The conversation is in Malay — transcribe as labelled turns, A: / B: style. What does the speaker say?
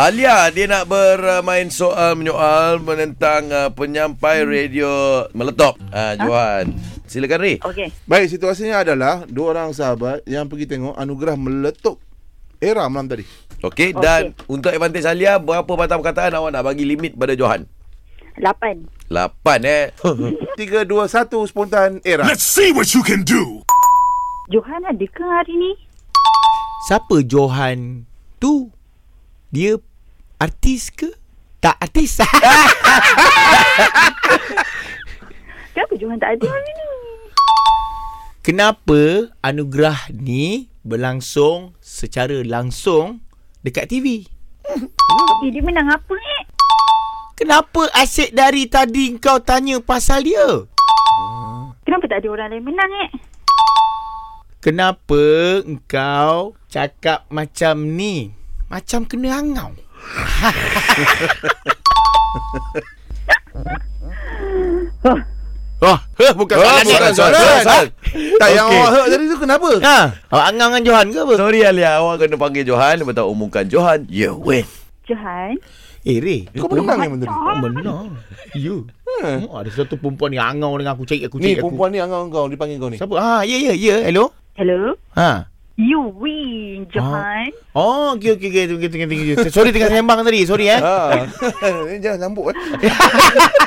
A: Alia dia nak bermain soal menyoal menentang uh, penyampai radio meletop. Ah uh, Johan. Silakan Ri.
B: Okey.
C: Baik, situasinya adalah dua orang sahabat yang pergi tengok anugerah meletup era malam tadi.
A: Okey dan untuk advantage Alia berapa batang perkataan awak nak bagi limit pada Johan?
B: Lapan.
A: 8 eh.
C: 3, 2, 1, spontan era.
D: Let's see what you can do.
B: Johan ada ke hari ni?
E: Siapa Johan tu? Dia artis ke? Tak artis.
B: Kenapa Johan tak ada hari ni?
E: Kenapa anugerah ni berlangsung secara langsung dekat TV?
B: Eh, dia menang apa eh?
E: Kenapa asyik dari tadi kau tanya pasal dia?
B: Kenapa tak ada orang lain menang eh?
E: Kenapa engkau cakap macam ni? Macam kena angau. Wah, oh,
A: Oh,
E: bukan soalan ni.
A: bukan soalan.
E: Ha?
A: soalan.
C: Tak yang
A: Okey.
C: awak hurt tadi tu kenapa?
E: Ha, awak angau dengan Johan ke apa?
A: Sorry Alia, awak kena panggil Johan, lepas tu umumkan Johan, you win.
B: Johan?
E: Eh, Ray.
C: Kau menang yang benda ni.
E: Tak benar. You. Hmm. Oh, ada satu perempuan yang angau dengan aku cari aku
C: Ni
E: cari aku.
C: perempuan ni angau kau dipanggil kau ni.
E: Siapa? Ha, ya ya ya. Hello.
B: Hello?
E: Ha.
B: You win, Johan.
E: Oh, okey okey
C: Ah.
E: okey okey okey. okey. Sorry tengah sembang tadi. Sorry eh.
C: Ha. Ni jangan sambut eh.